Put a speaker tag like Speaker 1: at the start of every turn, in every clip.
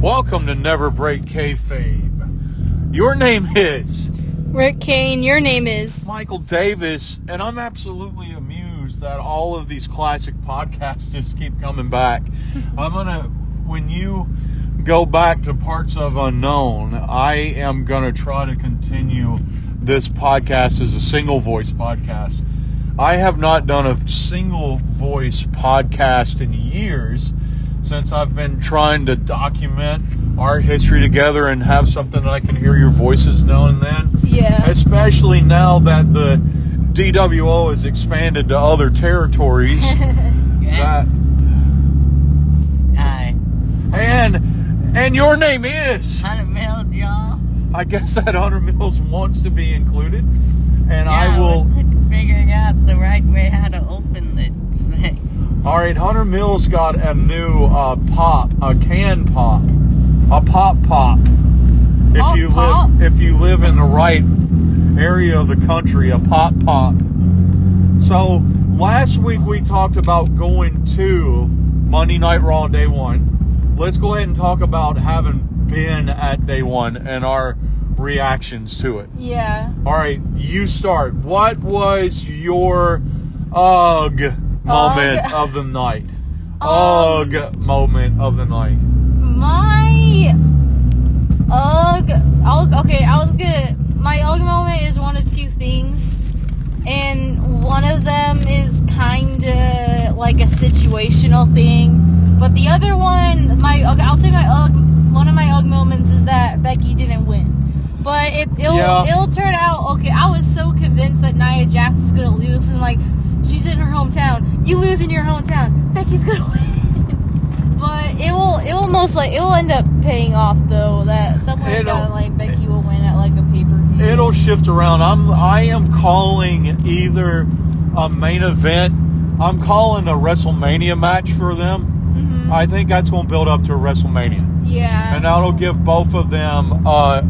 Speaker 1: Welcome to Never Break Kayfabe. Your name is
Speaker 2: Rick Kane, your name is.
Speaker 1: Michael Davis, and I'm absolutely amused that all of these classic podcasts just keep coming back. I'm gonna, when you go back to parts of unknown, I am gonna try to continue this podcast as a single voice podcast. I have not done a single voice podcast in years since I've been trying to document our history together and have something that I can hear your voices now and then
Speaker 2: Yeah.
Speaker 1: especially now that the DWO has expanded to other territories. that,
Speaker 3: Hi.
Speaker 1: and and your name is.
Speaker 3: 100 mil, y'all.
Speaker 1: I guess that Hunter Mills wants to be included, and I
Speaker 3: Yeah,
Speaker 1: will.
Speaker 3: we're Figuring out the right way how to open the thing.
Speaker 1: All right, Hunter Mills got a new uh, pop, a can pop, a pop pop. If
Speaker 3: Pop
Speaker 1: you
Speaker 3: pop?
Speaker 1: live, if you live in the right area of the country, a pop pop. So last week we talked about going to Monday Night Raw Day One. Let's go ahead and talk about having been at Day One and our reactions to it.
Speaker 2: Yeah.
Speaker 1: All right, you start. What was your ugh moment
Speaker 2: Ugh.
Speaker 1: of the night?
Speaker 2: Um,
Speaker 1: Ugh moment of the night.
Speaker 2: My ugh. I'll, okay, I was good. My ugh moment is one of two things, and one of them is kind of like a situational thing, but the other one, my ugh, I'll say my ugh. One of my ugh moments is that Becky didn't win. But it, it'll,
Speaker 1: Yeah.
Speaker 2: it'll turn out okay. I was so convinced that Nia Jax is gonna lose, and like she's in her hometown. You lose in your hometown. Becky's gonna win. But it will it will most like it will end up paying off though that somewhere
Speaker 1: It'll-
Speaker 2: down the line Becky will win at like a pay per view.
Speaker 1: It'll shift around. I'm I am calling either a main event. I'm calling a WrestleMania match for them.
Speaker 2: hmm
Speaker 1: I think that's going to build up to a WrestleMania,
Speaker 2: yeah.
Speaker 1: and that'll give both of them uh,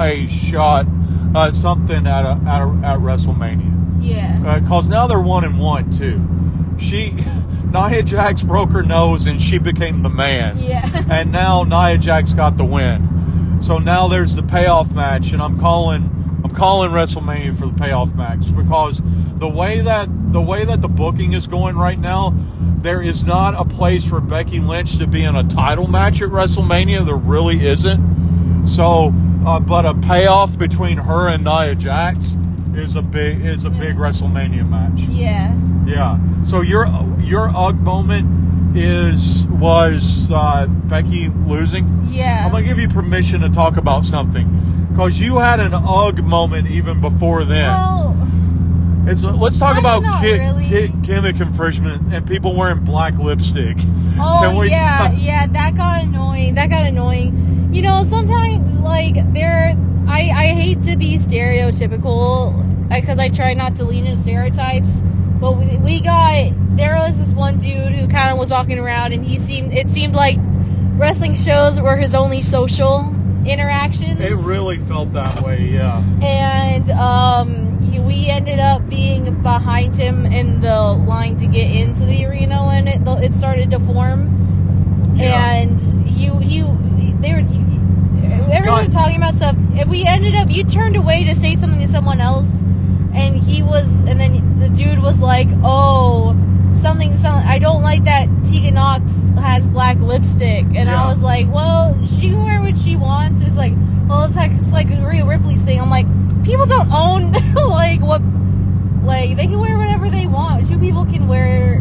Speaker 1: a shot, uh, something at a, at, a, at WrestleMania.
Speaker 2: yeah.
Speaker 1: because Uh, now they're one and one too. She, Nia Jax broke her nose and she became the man.
Speaker 2: Yeah.
Speaker 1: And now Nia Jax got the win. So now there's the payoff match, and I'm calling, I'm calling WrestleMania for the payoff match because the way that the way that the booking is going right now, there is not a place for Becky Lynch to be in a title match at WrestleMania. There really isn't. So, uh, but a payoff between her and Nia Jax is a big is a big WrestleMania match.
Speaker 2: Yeah.
Speaker 1: Yeah. So your your UG moment is was uh, Becky losing.
Speaker 2: Yeah.
Speaker 1: I'm gonna give you permission to talk about something because you had an UG moment even before then.
Speaker 2: Well,
Speaker 1: it's, let's talk
Speaker 2: kinda
Speaker 1: about
Speaker 2: not
Speaker 1: gi-
Speaker 2: really.
Speaker 1: gi- gimmick infringement and people wearing black lipstick. Can
Speaker 2: oh
Speaker 1: we-
Speaker 2: yeah, yeah. That got annoying. That got annoying. You know, sometimes like there, I I hate to be stereotypical because I try not to lean into stereotypes. But we, we got there was this one dude who kind of was walking around and he seemed it seemed like wrestling shows were his only social interactions.
Speaker 1: It really felt that way. Yeah.
Speaker 2: and um, he- we ended up being behind him in the line to get into the arena when it, it started to form.
Speaker 1: Yeah.
Speaker 2: And he, he, they were, everyone
Speaker 1: God.
Speaker 2: was talking about stuff. And we ended up, you turned away to say something to someone else, and he was, and then the dude was like, oh, something, some, I don't like that Tegan Knox has black lipstick. And
Speaker 1: Yeah.
Speaker 2: I was like, well, she can wear what she wants. It's like, well, it's like, it's like Rhea Ripley's thing. I'm like, people don't own, like, what, like, they can wear whatever they want. Two people can wear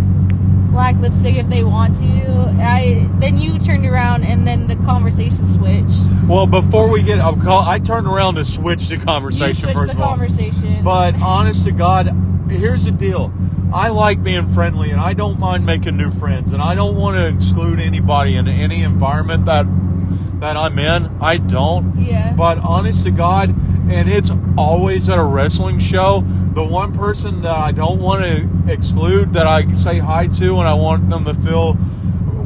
Speaker 2: black lipstick if they want to. I then you turned around and then the conversation switched.
Speaker 1: Well, before we get, I'll call, I turned around to switch the conversation
Speaker 2: you switched
Speaker 1: first
Speaker 2: the
Speaker 1: of all.
Speaker 2: conversation.
Speaker 1: But honest to God, here's the deal. I like being friendly and I don't mind making new friends and I don't want to exclude anybody in any environment that that I'm in. I don't.
Speaker 2: yeah.
Speaker 1: But honest to God, and it's always at a wrestling show, the one person that I don't want to exclude that I say hi to and I want them to feel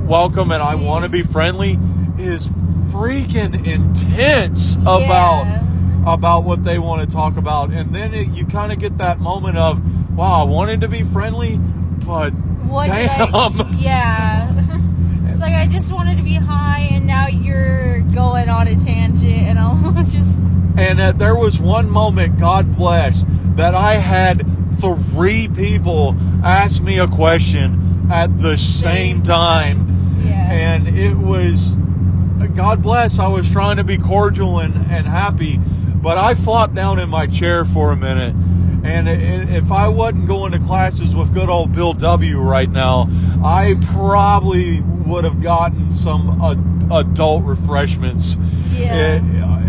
Speaker 1: welcome and I want to be friendly is freaking intense about
Speaker 2: Yeah.
Speaker 1: about what they want to talk about and then it, you kind of get that moment of wow I wanted to be friendly but
Speaker 2: what did I
Speaker 1: damn
Speaker 2: Yeah. it's like I just wanted to be high and now you're
Speaker 1: And that there was one moment, God bless, that I had three people ask me a question at the same
Speaker 2: Same
Speaker 1: time.
Speaker 2: Yeah.
Speaker 1: And it was, God bless, I was trying to be cordial and, and happy, but I flopped down in my chair for a minute. And i- i- if I wasn't going to classes with good old Bill W. right now, I probably would have gotten some ad- adult refreshments
Speaker 2: yeah.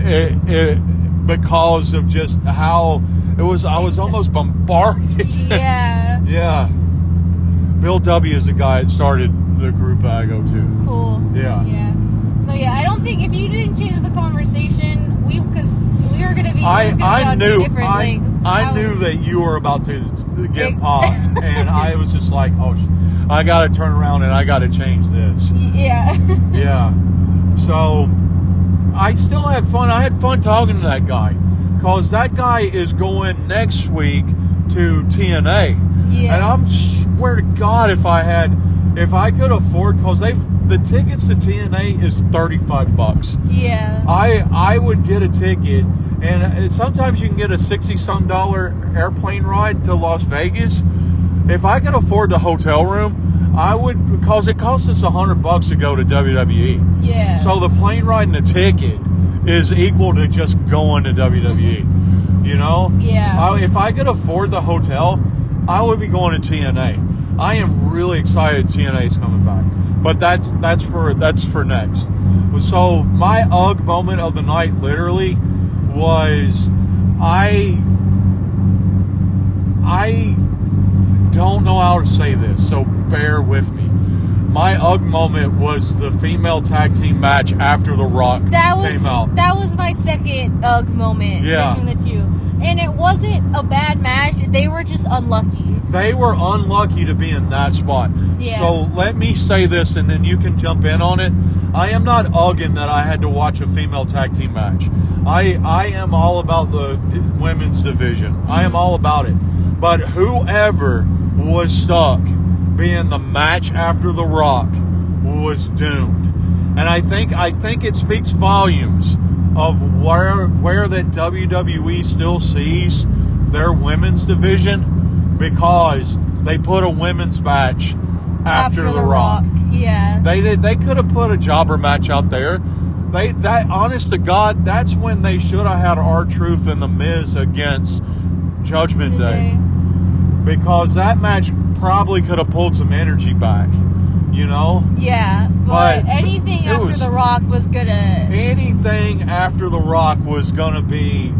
Speaker 1: it, it, it, because of just how it was. I was almost bombarded.
Speaker 2: yeah.
Speaker 1: Yeah. Bill W is the guy that started the group I go to.
Speaker 2: Cool.
Speaker 1: Yeah.
Speaker 2: Yeah. But yeah, I don't think if you didn't change the conversation, we because we were gonna be. it was
Speaker 1: I,
Speaker 2: gonna be
Speaker 1: I
Speaker 2: on
Speaker 1: knew
Speaker 2: Two different
Speaker 1: I,
Speaker 2: things.
Speaker 1: I knew
Speaker 2: was-
Speaker 1: that you were about to get
Speaker 2: Ex-
Speaker 1: popped, and I was just like, oh, sh- I gotta turn around and I gotta change this.
Speaker 2: Yeah.
Speaker 1: Yeah. So I still had fun. I had fun talking to that guy because that guy is going next week to TNA.
Speaker 2: Yeah.
Speaker 1: And I'm swear to God, if I had, if I could afford, because they the tickets to TNA is thirty five bucks.
Speaker 2: yeah.
Speaker 1: I I would get a ticket, and uh, sometimes you can get a sixty some dollar airplane ride to Las Vegas. If I could afford the hotel room, I would because it costs us a hundred bucks to go to E. WWE.
Speaker 2: Yeah.
Speaker 1: So the plane ride and the ticket is equal to just going to WWE. You know?
Speaker 2: Yeah.
Speaker 1: I, if I could afford the hotel, I would be going to TNA. I am really excited TNA is coming back. But that's that's for that's for next. So my UG moment of the night literally was I I don't know how to say this, so bear with me. My UG moment was the female tag team match after The Rock
Speaker 2: that was
Speaker 1: came out.
Speaker 2: that was my second ugh moment
Speaker 1: Yeah.
Speaker 2: between the two, and it wasn't a bad match. They were just unlucky.
Speaker 1: they were unlucky to be in that spot.
Speaker 2: Yeah.
Speaker 1: So let me say this, and then you can jump in on it. I am not ugging that I had to watch a female tag team match. I I am all about the d- women's division. I am all about it. But whoever was stuck being the match after The Rock was doomed, and I think I think it speaks volumes of where where that WWE still sees their women's division because they put a women's match after, the, Rock.
Speaker 2: Yeah.
Speaker 1: They did. They could have put a jobber match out there. They that honest to God, that's when they should have had our truth and the Miz against Judgment
Speaker 2: The
Speaker 1: Day
Speaker 2: day.
Speaker 1: because that match probably could have pulled some energy back. You know,
Speaker 2: Yeah.
Speaker 1: But
Speaker 2: But, anything
Speaker 1: it
Speaker 2: after
Speaker 1: was-
Speaker 2: the Rock was gonna
Speaker 1: anything after the Rock was gonna be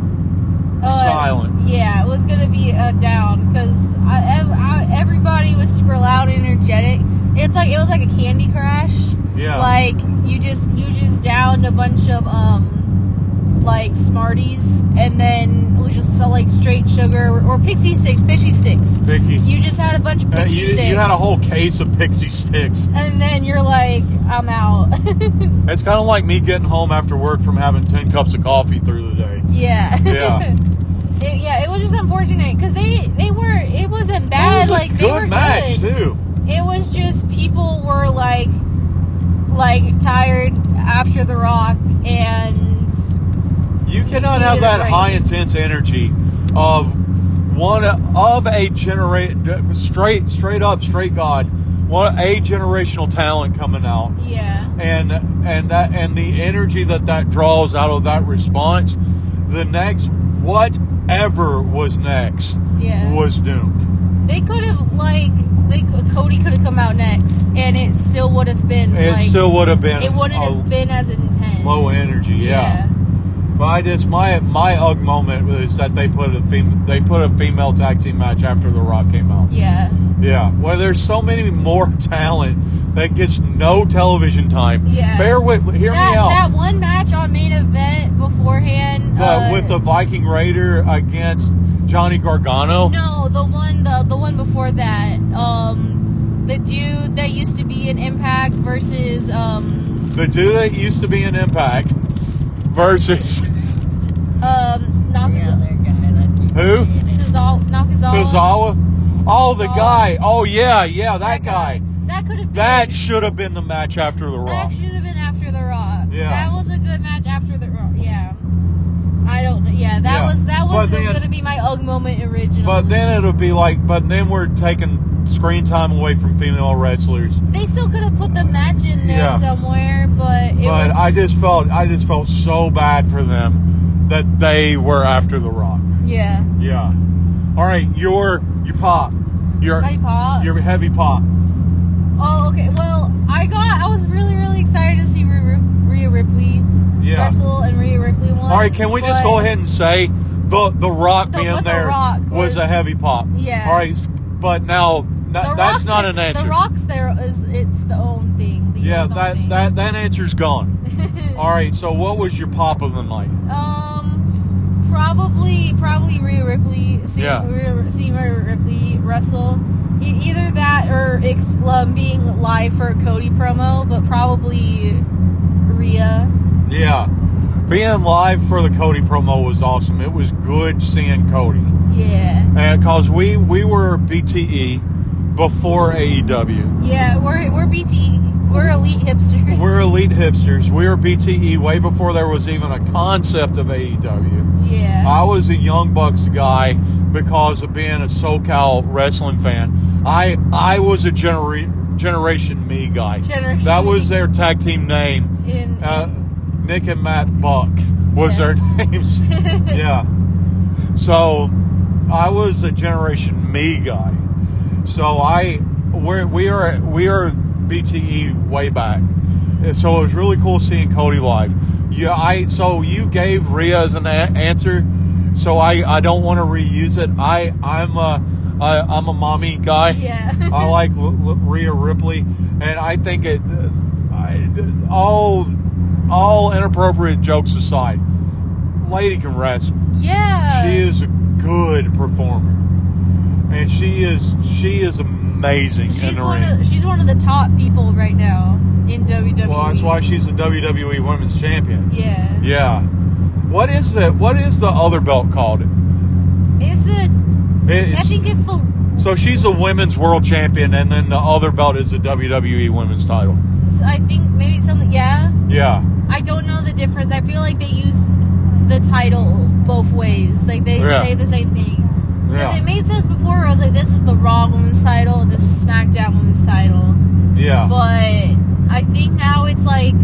Speaker 2: uh,
Speaker 1: silent.
Speaker 2: Yeah, it was gonna be a down because everybody was super loud and energetic. It's like it was like a candy crush.
Speaker 1: yeah.
Speaker 2: Like you just you just downed a bunch of um like Smarties and then it was just so, like straight sugar or, or pixie sticks, pixie sticks.
Speaker 1: Vicky.
Speaker 2: You just had a bunch of
Speaker 1: Uh,
Speaker 2: pixie
Speaker 1: you,
Speaker 2: sticks.
Speaker 1: you had a whole case of pixie sticks.
Speaker 2: and then you're like, I'm out.
Speaker 1: It's kind of like me getting home after work from having 10 cups of coffee through the day.
Speaker 2: yeah.
Speaker 1: Yeah.
Speaker 2: It, yeah, it was just unfortunate because they they were it wasn't bad.
Speaker 1: it was
Speaker 2: like
Speaker 1: a
Speaker 2: they were
Speaker 1: good match,
Speaker 2: good.
Speaker 1: too.
Speaker 2: It was just people were like like tired after the Rock and
Speaker 1: You cannot
Speaker 2: You
Speaker 1: have
Speaker 2: did it
Speaker 1: that
Speaker 2: right.
Speaker 1: high intense energy of one of a generate straight straight up straight god, one a generational talent coming out.
Speaker 2: yeah
Speaker 1: and and that and the energy that that draws out of that response, the next whatever was next
Speaker 2: yeah
Speaker 1: was doomed.
Speaker 2: they could have like they could- Cody could have come out next and it still would have been
Speaker 1: It
Speaker 2: like
Speaker 1: still would have been
Speaker 2: it wouldn't
Speaker 1: a
Speaker 2: have been as intense.
Speaker 1: low energy, yeah. But I just my my ug moment was that they put a fem- they put a female tag team match after The Rock came out.
Speaker 2: yeah,
Speaker 1: Yeah, well, there's so many more talent that gets no television time.
Speaker 2: Yeah.
Speaker 1: bear with hear
Speaker 2: yeah.
Speaker 1: me
Speaker 2: That,
Speaker 1: out.
Speaker 2: that one match on main event beforehand
Speaker 1: The-
Speaker 2: uh,
Speaker 1: with the Viking Raider against Johnny Gargano.
Speaker 2: No, the one the the one before that. Um the dude that used to be in Impact versus um
Speaker 1: The dude that used to be in Impact versus
Speaker 2: um
Speaker 3: The
Speaker 2: Nakazawa
Speaker 3: other guy that we
Speaker 1: Who?
Speaker 3: created.
Speaker 2: Nakazawa.
Speaker 1: Tozawa. Oh, the
Speaker 2: Tozawa.
Speaker 1: guy. Oh, yeah, yeah, that guy.
Speaker 2: That could have been
Speaker 1: That should have been the match after the
Speaker 2: that
Speaker 1: Raw.
Speaker 2: should have been after the Raw.
Speaker 1: Yeah.
Speaker 2: That was a good match after the Raw. Yeah. I don't know. yeah, that
Speaker 1: Yeah.
Speaker 2: was that
Speaker 1: But
Speaker 2: was
Speaker 1: then-
Speaker 2: going to be my UG moment original.
Speaker 1: But then it'll be like, but then we're taking screen time away from female wrestlers.
Speaker 2: they still could have put the match in there
Speaker 1: Yeah.
Speaker 2: somewhere, but it
Speaker 1: but
Speaker 2: was.
Speaker 1: I just felt, I just felt so bad for them that they were after The Rock.
Speaker 2: yeah.
Speaker 1: Yeah. All right, your your pop, your
Speaker 2: My pop?
Speaker 1: your heavy pop.
Speaker 2: Oh, okay. Well, I got. I was really, really excited to see Rhea, Rhea Ripley
Speaker 1: Yeah.
Speaker 2: wrestle and Rhea Ripley won.
Speaker 1: All right, can we just
Speaker 2: but-
Speaker 1: go ahead and say the the Rock
Speaker 2: The-
Speaker 1: being
Speaker 2: what The
Speaker 1: there
Speaker 2: Rock
Speaker 1: was,
Speaker 2: was-
Speaker 1: a heavy pop.
Speaker 2: Yeah.
Speaker 1: All right, s- but now
Speaker 2: The
Speaker 1: that,
Speaker 2: Rock's
Speaker 1: that's not
Speaker 2: it-
Speaker 1: an answer.
Speaker 2: The rocks there is it's the own thing. The
Speaker 1: yeah,
Speaker 2: its own
Speaker 1: that
Speaker 2: thing.
Speaker 1: that that answer's gone. All right, so what was your pop of the night?
Speaker 2: um, probably probably Rhea Ripley. See,
Speaker 1: Yeah.
Speaker 2: Rhea, see Rhea Ripley wrestle. E- either that or ex- um, being live for a Cody promo, but probably Rhea.
Speaker 1: Yeah. Being live for the Cody promo was awesome. It was good seeing Cody.
Speaker 2: Yeah.
Speaker 1: Because we, we were BTE before E AEW.
Speaker 2: Yeah, we're we're BT. We're elite hipsters.
Speaker 1: We're elite hipsters. We were BTE way before there was even a concept of AEW.
Speaker 2: yeah.
Speaker 1: I was a Young Bucks guy because of being a SoCal wrestling fan. I I was a genera- Generation Me guy.
Speaker 2: Generation
Speaker 1: that was
Speaker 2: Me.
Speaker 1: their tag team name.
Speaker 2: in,
Speaker 1: Uh, Nick and Matt Buck was
Speaker 2: Yeah.
Speaker 1: their names. yeah. So I was a Generation Me guy. So I we're, we are we are BTE way back. And so it was really cool seeing Cody live. Yeah, I so you gave Rhea as an a- answer. So I, I don't want to reuse it. I I'm a I, I'm a mommy guy.
Speaker 2: Yeah.
Speaker 1: I like L- L- Rhea Ripley, and I think it. I, all all inappropriate jokes aside, lady can rest.
Speaker 2: yeah.
Speaker 1: She is a good performer, and she is she is amazing in
Speaker 2: She's
Speaker 1: the
Speaker 2: one,
Speaker 1: ring.
Speaker 2: of, she's one of the E top people right now in WWE.
Speaker 1: well, that's why she's the WWE E Women's Champion.
Speaker 2: yeah.
Speaker 1: Yeah. What is the What is the other belt called? It,
Speaker 2: It's a. I
Speaker 1: it's-
Speaker 2: think it's the.
Speaker 1: so she's a women's world champion, and then the other belt is the WWE E Women's title.
Speaker 2: I think maybe something. Yeah.
Speaker 1: Yeah.
Speaker 2: I don't know the difference. I feel like they used the title both ways. Like they
Speaker 1: Yeah.
Speaker 2: say the same thing. Because
Speaker 1: Yeah.
Speaker 2: it made sense before. Where I was like, this is the Raw Women's title and this is SmackDown Women's title.
Speaker 1: Yeah.
Speaker 2: But I think now it's like.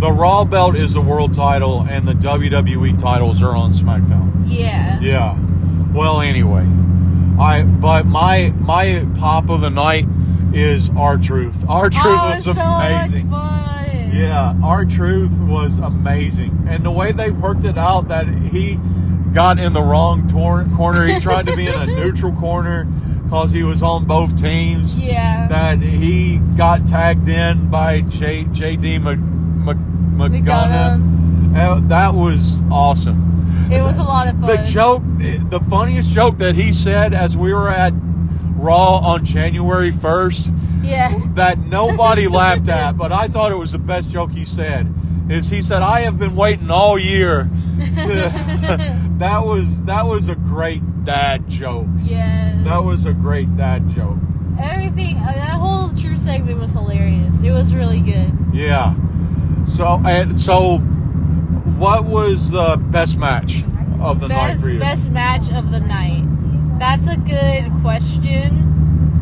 Speaker 1: The Raw belt is the world title, and the WWE titles are on SmackDown.
Speaker 2: Yeah.
Speaker 1: Yeah. Well, anyway, I but my my pop of the night is our truth. Our truth
Speaker 2: Oh,
Speaker 1: was
Speaker 2: it's so
Speaker 1: amazing.
Speaker 2: much fun.
Speaker 1: yeah, our truth was amazing, and the way they worked it out that he got in the wrong tor- corner. He tried to be in a neutral corner because he was on both teams
Speaker 2: Yeah.
Speaker 1: that he got tagged in by J, JD Mc, Mc, McGonagh. Uh, That was awesome.
Speaker 2: It was a lot of fun.
Speaker 1: The joke, the funniest joke that he said as we were at Raw on January 1st
Speaker 2: Yeah.
Speaker 1: that nobody laughed at, but I thought it was the best joke he said. Is he said I have been waiting all year. that was that was a great dad joke.
Speaker 2: Yeah.
Speaker 1: That was a great dad joke.
Speaker 2: everything. uh, That whole true segment was hilarious. It was really good.
Speaker 1: Yeah. So and so, what was the best match of the night
Speaker 2: best
Speaker 1: for you?
Speaker 2: best match of the night. That's a good question.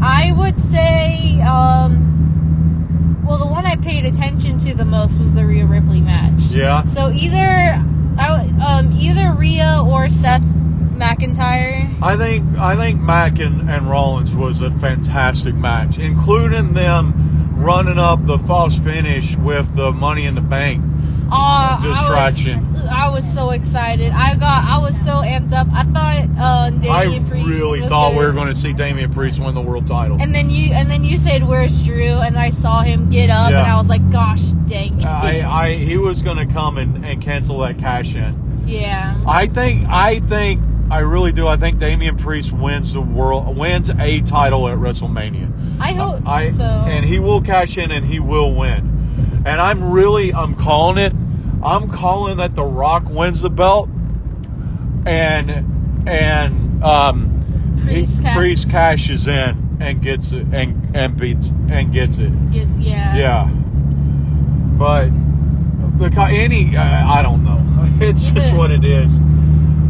Speaker 2: I would say, um, well, the one I paid attention to the most was the Rhea Ripley match.
Speaker 1: Yeah.
Speaker 2: So either, I, would- um, either Rhea or Seth McIntyre.
Speaker 1: I think I think Mack and, and Rollins was a fantastic match, including them running up the false finish with the Money in the Bank.
Speaker 2: Aw,
Speaker 1: Distraction.
Speaker 2: Oh, I was, I was so excited. I got. I was so amped up. I thought uh, Damian
Speaker 1: I
Speaker 2: Priest
Speaker 1: really
Speaker 2: was
Speaker 1: thought we
Speaker 2: gonna-
Speaker 1: were going to see Damian Priest win the world title.
Speaker 2: And then you and then you said, "Where's Drew?" And I saw him get up, and
Speaker 1: Yeah.
Speaker 2: I was like, "Gosh, dang!" it."
Speaker 1: I, I he was going to come and, and cancel that cash in.
Speaker 2: yeah,
Speaker 1: I think I think I really do. I think Damian Priest wins the world wins a title at WrestleMania.
Speaker 2: I hope
Speaker 1: Um, I
Speaker 2: so.
Speaker 1: and he will cash in and he will win. And I'm really I'm calling it. I'm calling that The Rock wins the belt and and um he-
Speaker 2: Priest cash-
Speaker 1: Priest cashes in and gets it and and beats and gets it.
Speaker 2: Yes, yeah,
Speaker 1: Yeah. But the co- any I I don't know. It's just what it is.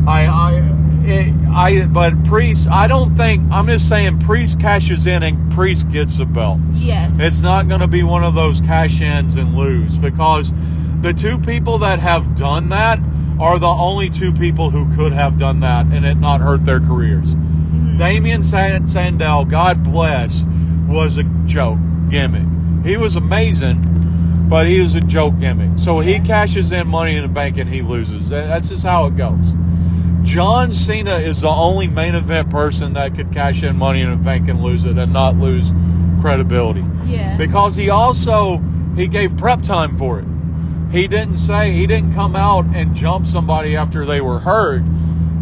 Speaker 1: I, I, it, I, but Priest, I don't think, I'm just saying Priest cashes in and Priest gets the belt.
Speaker 2: Yes.
Speaker 1: It's not going to be one of those cash ins and lose because the two people that have done that are the only two people who could have done that and it not hurt their careers.
Speaker 2: Mm-hmm.
Speaker 1: Damien San- Sandel, God bless, was a joke gimmick. He was amazing, but he was a joke gimmick. So he
Speaker 2: Yeah.
Speaker 1: cashes in money in the bank and he loses. That- That's just how it goes. John Cena is the only main event person that could cash in money in a bank and lose it and not lose credibility
Speaker 2: Yeah.
Speaker 1: because he also he gave prep time for it. He didn't say he didn't come out and jump somebody after they were hurt.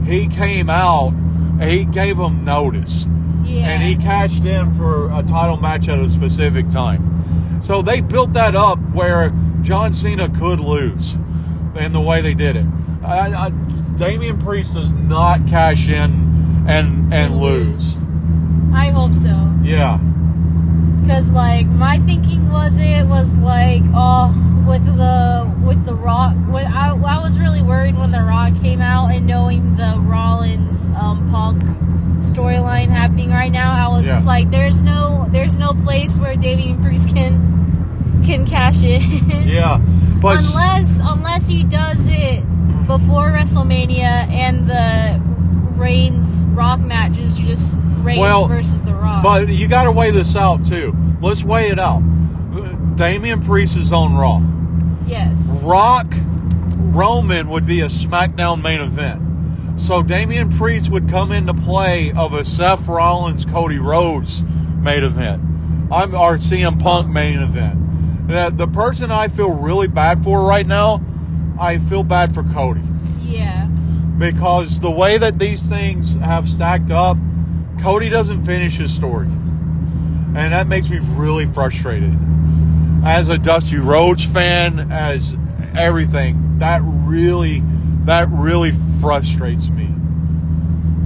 Speaker 1: He came out, and he gave them notice,
Speaker 2: yeah.
Speaker 1: and he cashed in for a title match at a specific time. So they built that up where John Cena could lose, in the way they did it. I, I, Damian Priest does not cash in and and lose.
Speaker 2: I hope so.
Speaker 1: Yeah,
Speaker 2: Cause like my thinking was it was like oh with the with the Rock when I, I was really worried when the Rock came out and knowing the Rollins um, Punk storyline happening right now I was
Speaker 1: Yeah.
Speaker 2: just like there's no there's no place where Damian Priest can can cash in
Speaker 1: yeah, but
Speaker 2: unless unless he does it before WrestleMania and the Reigns Rock match is just Reigns
Speaker 1: Well,
Speaker 2: versus the Rock
Speaker 1: But you got to weigh this out too. Let's weigh it out. Damian Priest is on Raw.
Speaker 2: yes
Speaker 1: Rock Roman would be a SmackDown main event. So Damian Priest would come into play of a Seth Rollins Cody Rhodes main event. I'm our CM Punk main event. The, the person I feel really bad for right now, I feel bad for Cody
Speaker 2: yeah.
Speaker 1: because the way that these things have stacked up, Cody doesn't finish his story. And that makes me really frustrated. As a Dusty Rhodes fan, as everything, that really that really frustrates me.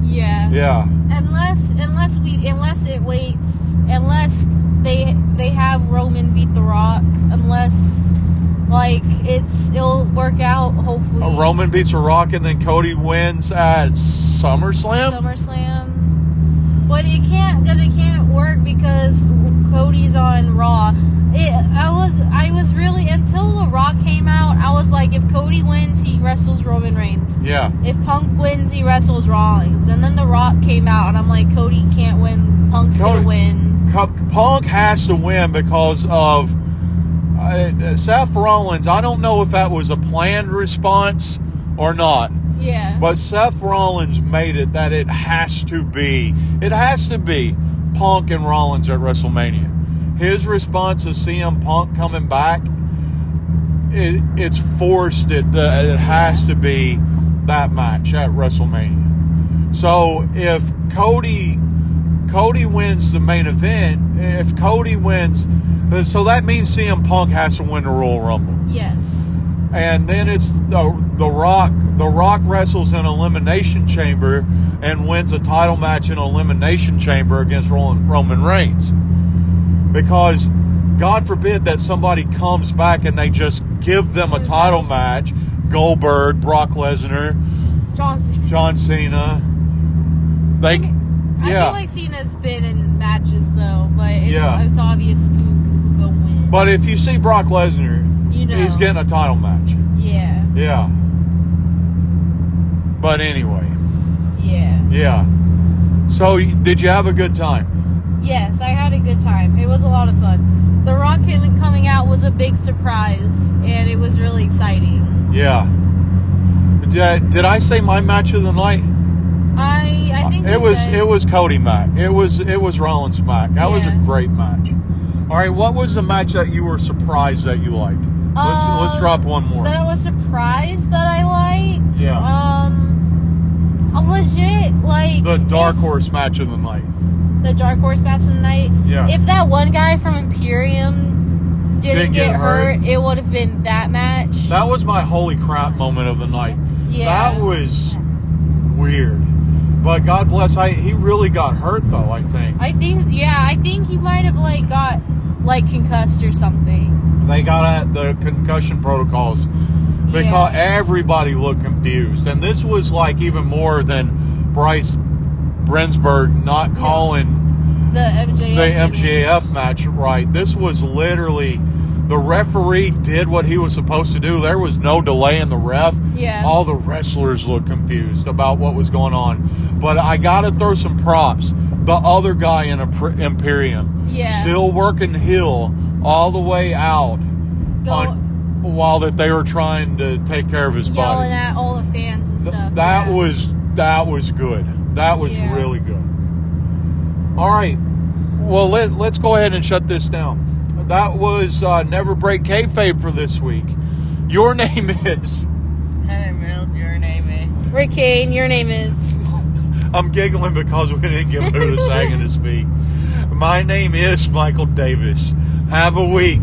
Speaker 2: Yeah.
Speaker 1: Yeah.
Speaker 2: Unless unless we unless it waits unless they they have Roman beat the Rock unless like it's it'll work out hopefully.
Speaker 1: Uh, Roman beats a rock and then Cody wins at SummerSlam?
Speaker 2: SummerSlam. But it can't because it can't work because Cody's on Raw. It, I was I was really until the Rock came out. I was like, if Cody wins, he wrestles Roman Reigns.
Speaker 1: yeah.
Speaker 2: If Punk wins, he wrestles Rollins. And then The Rock came out, and I'm like, Cody can't win. Punk's
Speaker 1: Cody-
Speaker 2: gonna win.
Speaker 1: Co- Punk has to win because of uh, Seth Rollins. I don't know if that was a planned response or not,
Speaker 2: Yeah.
Speaker 1: but Seth Rollins made it that it has to be. It has to be Punk and Rollins at WrestleMania. His response to CM Punk coming back, it, it's forced. It the, it has to be that match at WrestleMania. So if Cody Cody wins the main event, if Cody wins, so that means CM Punk has to win the Royal Rumble,
Speaker 2: yes.
Speaker 1: and then it's the the Rock. The Rock wrestles in elimination chamber and wins a title match in elimination chamber against Roman, Roman Reigns, because God forbid that somebody comes back and they just give them a title match. Goldberg, Brock Lesnar,
Speaker 2: Johnson.
Speaker 1: John Cena. They,
Speaker 2: I
Speaker 1: yeah.
Speaker 2: feel like Cena's been in matches though, but it's,
Speaker 1: Yeah.
Speaker 2: it's obvious who who gonna win.
Speaker 1: But if you see Brock Lesnar,
Speaker 2: you know.
Speaker 1: he's getting a title match.
Speaker 2: Yeah.
Speaker 1: Yeah. But anyway,
Speaker 2: Yeah.
Speaker 1: yeah. So y- did you have a good time?
Speaker 2: Yes, I had a good time. It was a lot of fun. The Rock him coming out was a big surprise, and it was really exciting.
Speaker 1: Yeah. Did I, did I say my match of the night?
Speaker 2: I I think
Speaker 1: Uh, it
Speaker 2: you
Speaker 1: was
Speaker 2: said-
Speaker 1: it was Cody Mack. It was it was Rollins Mack. That was a
Speaker 2: Yeah.
Speaker 1: great match. All right, what was the match that you were surprised that you liked? Let's, let's
Speaker 2: Um,
Speaker 1: drop one more.
Speaker 2: that I was surprised that I liked.
Speaker 1: Yeah.
Speaker 2: Um, a legit like
Speaker 1: The dark
Speaker 2: if-
Speaker 1: horse match of the night.
Speaker 2: the dark horse match of the night.
Speaker 1: Yeah.
Speaker 2: If that one guy from Imperium
Speaker 1: Didn't
Speaker 2: didn't,
Speaker 1: get
Speaker 2: hurt, it would have been that match.
Speaker 1: That was my holy crap moment of the night.
Speaker 2: Yeah.
Speaker 1: That was weird. But God bless. I he really got hurt though. I think
Speaker 2: I think yeah, I think he might have like got like concussed or something.
Speaker 1: they got at the concussion protocols because
Speaker 2: Yeah.
Speaker 1: everybody looked confused. And this was like even more than Bryce Brinsberg not calling
Speaker 2: The MJF.
Speaker 1: the MJF match right. This was literally the referee did what he was supposed to do. There was no delay in the ref.
Speaker 2: Yeah.
Speaker 1: All the wrestlers looked confused about what was going on. But I got to throw some props. The other guy in Imper- Imperium,
Speaker 2: Yeah.
Speaker 1: still working heel all the way out
Speaker 2: Go-
Speaker 1: on while that they were trying to take care of his body.
Speaker 2: Yelling at all the fans and
Speaker 1: Th-
Speaker 2: stuff.
Speaker 1: that
Speaker 2: yeah.
Speaker 1: was that was good. That was
Speaker 2: Yeah.
Speaker 1: really good. All right. Well, let, let's go ahead and shut this down. That was uh, Never Break Kayfabe for this week. Your name is.
Speaker 3: Hannah Merrill, your name is.
Speaker 2: Rick Kane, your name is.
Speaker 1: I'm giggling because we didn't give her a second to speak. My name is Michael Davis. Have a week.